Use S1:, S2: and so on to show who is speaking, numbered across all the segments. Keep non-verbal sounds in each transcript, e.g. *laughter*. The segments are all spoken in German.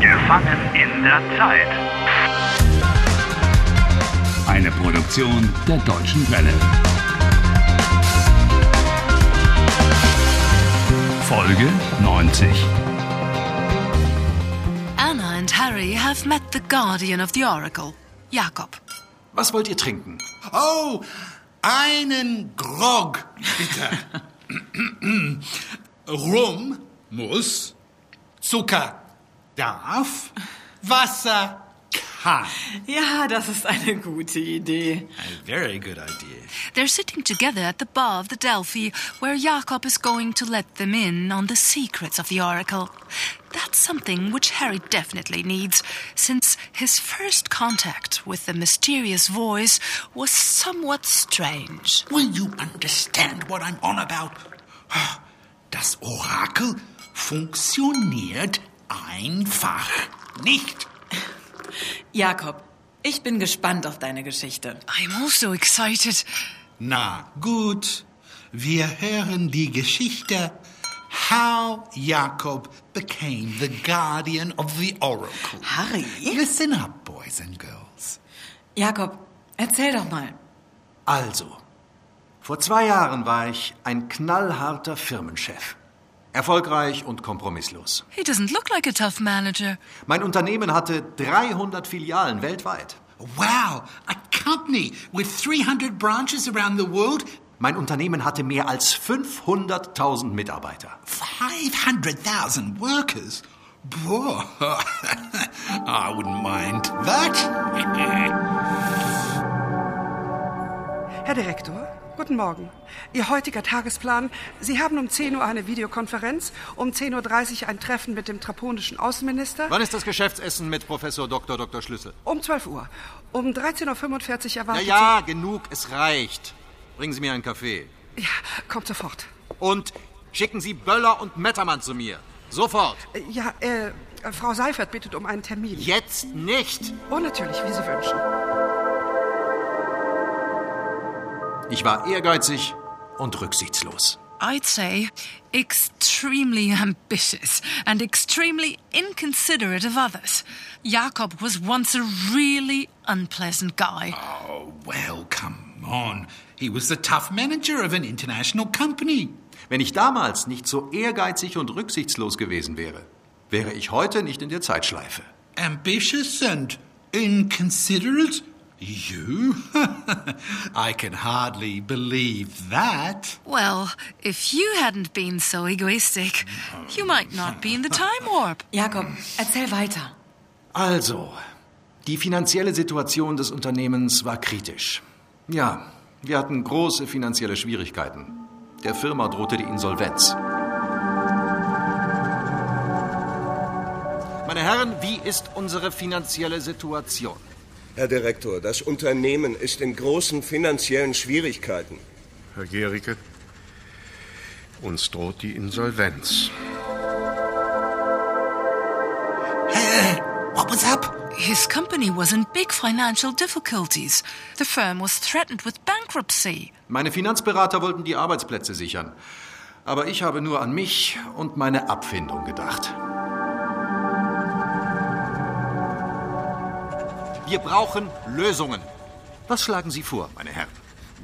S1: Gefangen in der Zeit.
S2: Eine Produktion der Deutschen Welle. Folge 90.
S3: Anna and Harry have met the guardian of the oracle, Jakob.
S4: Was wollt ihr trinken?
S5: Oh, einen Grog, bitte. Rum muss, Zucker darf, Wasser kann.
S6: Ja, das ist eine gute Idee.
S4: A very good idea.
S3: They're sitting together at the bar of the Delphi, where Jakob is going to let them in on the secrets of the oracle. That's something which Harry definitely needs, since his first contact with the mysterious voice was somewhat strange.
S5: Will you understand what I'm on about? Das Orakel funktioniert einfach nicht.
S6: Jakob, ich bin gespannt auf deine Geschichte.
S3: I'm also excited.
S5: Na gut, wir hören die Geschichte How Jacob Became the Guardian of the Oracle.
S6: Harry?
S5: Listen up, boys and girls.
S6: Jakob, erzähl doch mal.
S4: Also, vor zwei Jahren war ich ein knallharter Firmenchef. Erfolgreich und kompromisslos.
S3: He doesn't look like a tough manager.
S4: Mein Unternehmen hatte 300 Filialen weltweit.
S5: Wow, a company with 300 branches around the world,
S4: Mein Unternehmen hatte mehr als 500.000 Mitarbeiter.
S5: 500,000 workers. Boah, *laughs* I wouldn't mind that. *laughs*
S7: Herr Direktor, guten Morgen. Ihr heutiger Tagesplan. Sie haben um 10 Uhr eine Videokonferenz, um 10.30 Uhr ein Treffen mit dem traponischen Außenminister,
S4: Wann ist das Geschäftsessen mit Professor Dr. Dr. Schlüssel?
S7: um 12 Uhr. Um 13.45 Uhr
S4: Ja,
S7: erwartet
S4: ja, genug, es reicht. Bringen Sie mir einen Kaffee.
S7: Sie... Ja, kommt sofort.
S4: Und schicken Sie Böller und Mettermann zu mir. Sofort.
S7: Äh, Ja, äh, Frau Seifert bittet um einen Termin.
S4: Jetzt nicht.
S7: Oh, natürlich, wie Sie wünschen.
S4: Ich war ehrgeizig und rücksichtslos.
S3: I'd say extremely ambitious and extremely inconsiderate of others. Jakob was once a really unpleasant guy.
S5: Oh, well, come on. He was the tough manager of an international company.
S4: Wenn ich damals nicht so ehrgeizig und rücksichtslos gewesen wäre, wäre ich heute nicht in der Zeitschleife.
S5: Ambitious and inconsiderate. You? *laughs* I can hardly believe that.
S3: Well, if you hadn't been so egoistic, you might not be in the time warp.
S6: Jakob, erzähl weiter.
S4: Also, die finanzielle Situation des Unternehmens war kritisch. Ja, wir hatten große finanzielle Schwierigkeiten. Der Firma drohte die Insolvenz. Meine Herren, wie ist unsere finanzielle Situation?
S8: Herr Direktor, das Unternehmen ist in großen finanziellen Schwierigkeiten.
S9: Herr Gericke, uns droht die Insolvenz.
S5: Hey, what was up?
S3: His company was in big financial difficulties. The firm was threatened with bankruptcy.
S4: Meine Finanzberater wollten die Arbeitsplätze sichern. Aber ich habe nur an mich und meine Abfindung gedacht. Wir brauchen Lösungen. Was schlagen Sie vor, meine Herren?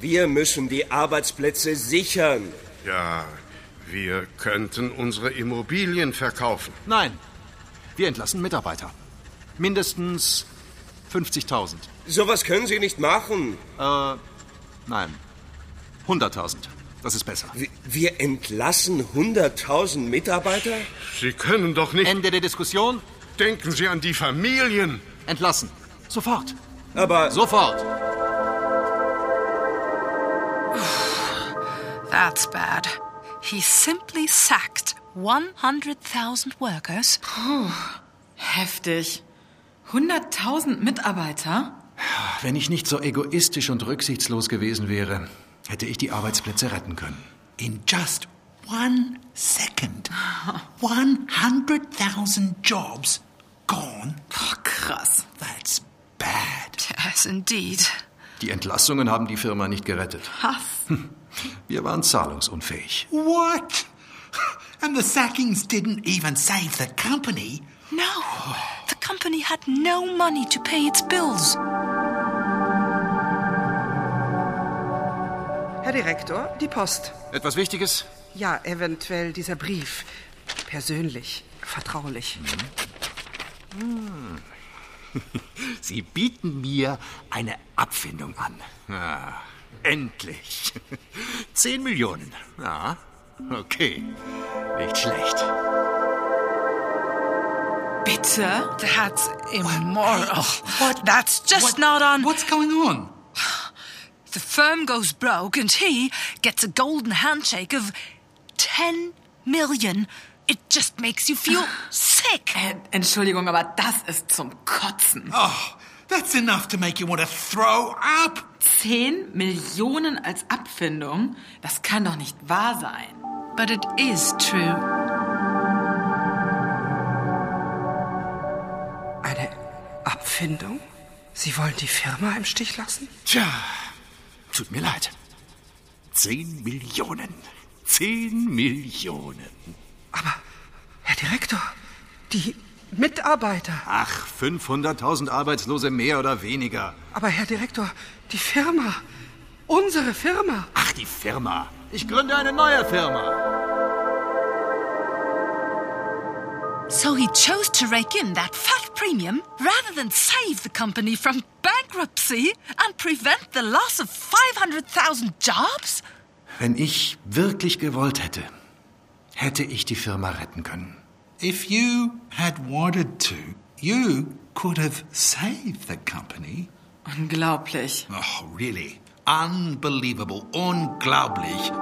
S8: Wir müssen die Arbeitsplätze sichern.
S9: Ja, Ah, wir könnten unsere Immobilien verkaufen.
S4: Nein, wir entlassen Mitarbeiter. Mindestens 50.000.
S8: Sowas können Sie nicht machen.
S4: Nein, 100.000. Das ist besser.
S8: W- Wir entlassen 100.000 Mitarbeiter?
S9: Sie können doch nicht.
S4: Ende der Diskussion.
S9: Denken Sie an die Familien.
S4: Entlassen. Sofort.
S8: Aber
S4: Sofort.
S3: That's bad. He simply sacked 100,000 workers.
S6: Heftig. 100.000 Mitarbeiter?
S4: Wenn ich nicht so egoistisch und rücksichtslos gewesen wäre, hätte ich die Arbeitsplätze retten können.
S5: In just one second, 100,000 jobs gone.
S6: Boah, krass.
S5: That's bad.
S3: Yes, indeed.
S4: Die Entlassungen haben die Firma nicht gerettet. Hm.
S6: Hass.
S4: Wir waren zahlungsunfähig.
S5: What? *laughs* And the sackings didn't even save the company.
S3: No. The company had no money to pay its bills.
S7: Herr Direktor, die Post.
S4: Etwas Wichtiges?
S7: Ja, eventuell dieser Brief. Persönlich, vertraulich.
S4: Mhm.
S1: Sie bieten mir eine Abfindung an. Ah,
S4: *laughs*
S1: endlich. Zehn Millionen. Ja, okay. Nicht schlecht.
S6: Bitte?
S3: That's immoral. That's just not on.
S5: What's going on?
S3: The firm goes broke and he gets a golden handshake of 10 million. It just makes you
S6: *gasps*
S3: feel sick.
S6: Äh, Entschuldigung, aber das ist zum Kotzen.
S5: Oh, that's enough to make you want to throw up.
S6: Zehn Millionen als Abfindung? Das kann doch nicht wahr sein.
S3: But it is true.
S7: Eine Abfindung? Sie wollen die Firma im Stich lassen?
S1: Tja, tut mir leid. Zehn Millionen. Zehn Millionen.
S7: Aber, Herr Direktor, die Mitarbeiter.
S4: Ach, 500.000 Arbeitslose mehr oder weniger.
S7: Aber, Herr Direktor, die Firma. Unsere Firma.
S1: Ach, die Firma.
S4: Ich gründe eine neue Firma.
S3: So he chose to rake in that fat premium rather than save the company from bankruptcy and prevent the loss of 500,000 jobs?
S4: Wenn ich wirklich gewollt hätte, hätte ich die Firma retten können.
S5: If you had wanted to, you could have saved the company.
S6: Unglaublich.
S5: Oh, really? Unbelievable. Unglaublich.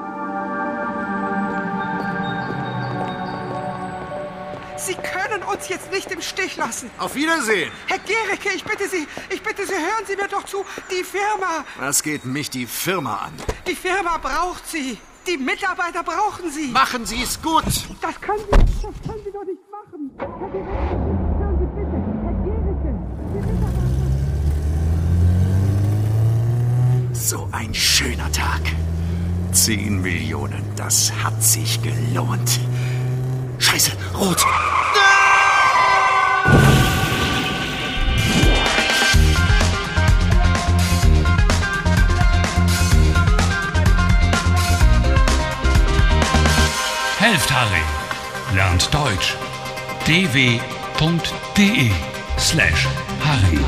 S7: Sie können uns jetzt nicht im Stich lassen.
S4: Auf Wiedersehen.
S7: Herr Gericke, ich bitte Sie, ich bitte Sie, hören Sie mir doch zu. Die Firma,
S4: Das geht mich die Firma an.
S7: die Firma braucht Sie. Die Mitarbeiter brauchen Sie.
S4: Machen Sie es gut.
S7: Das können Sie, das können Sie doch nicht machen. Herr Gericke, hören Sie bitte. Herr Gericke, die Mitarbeiter...
S1: So ein schöner Tag. Zehn Millionen, das hat sich gelohnt. Scheiße, rot.
S2: Helft Harry. Lernt Deutsch. dw.de slash Harry.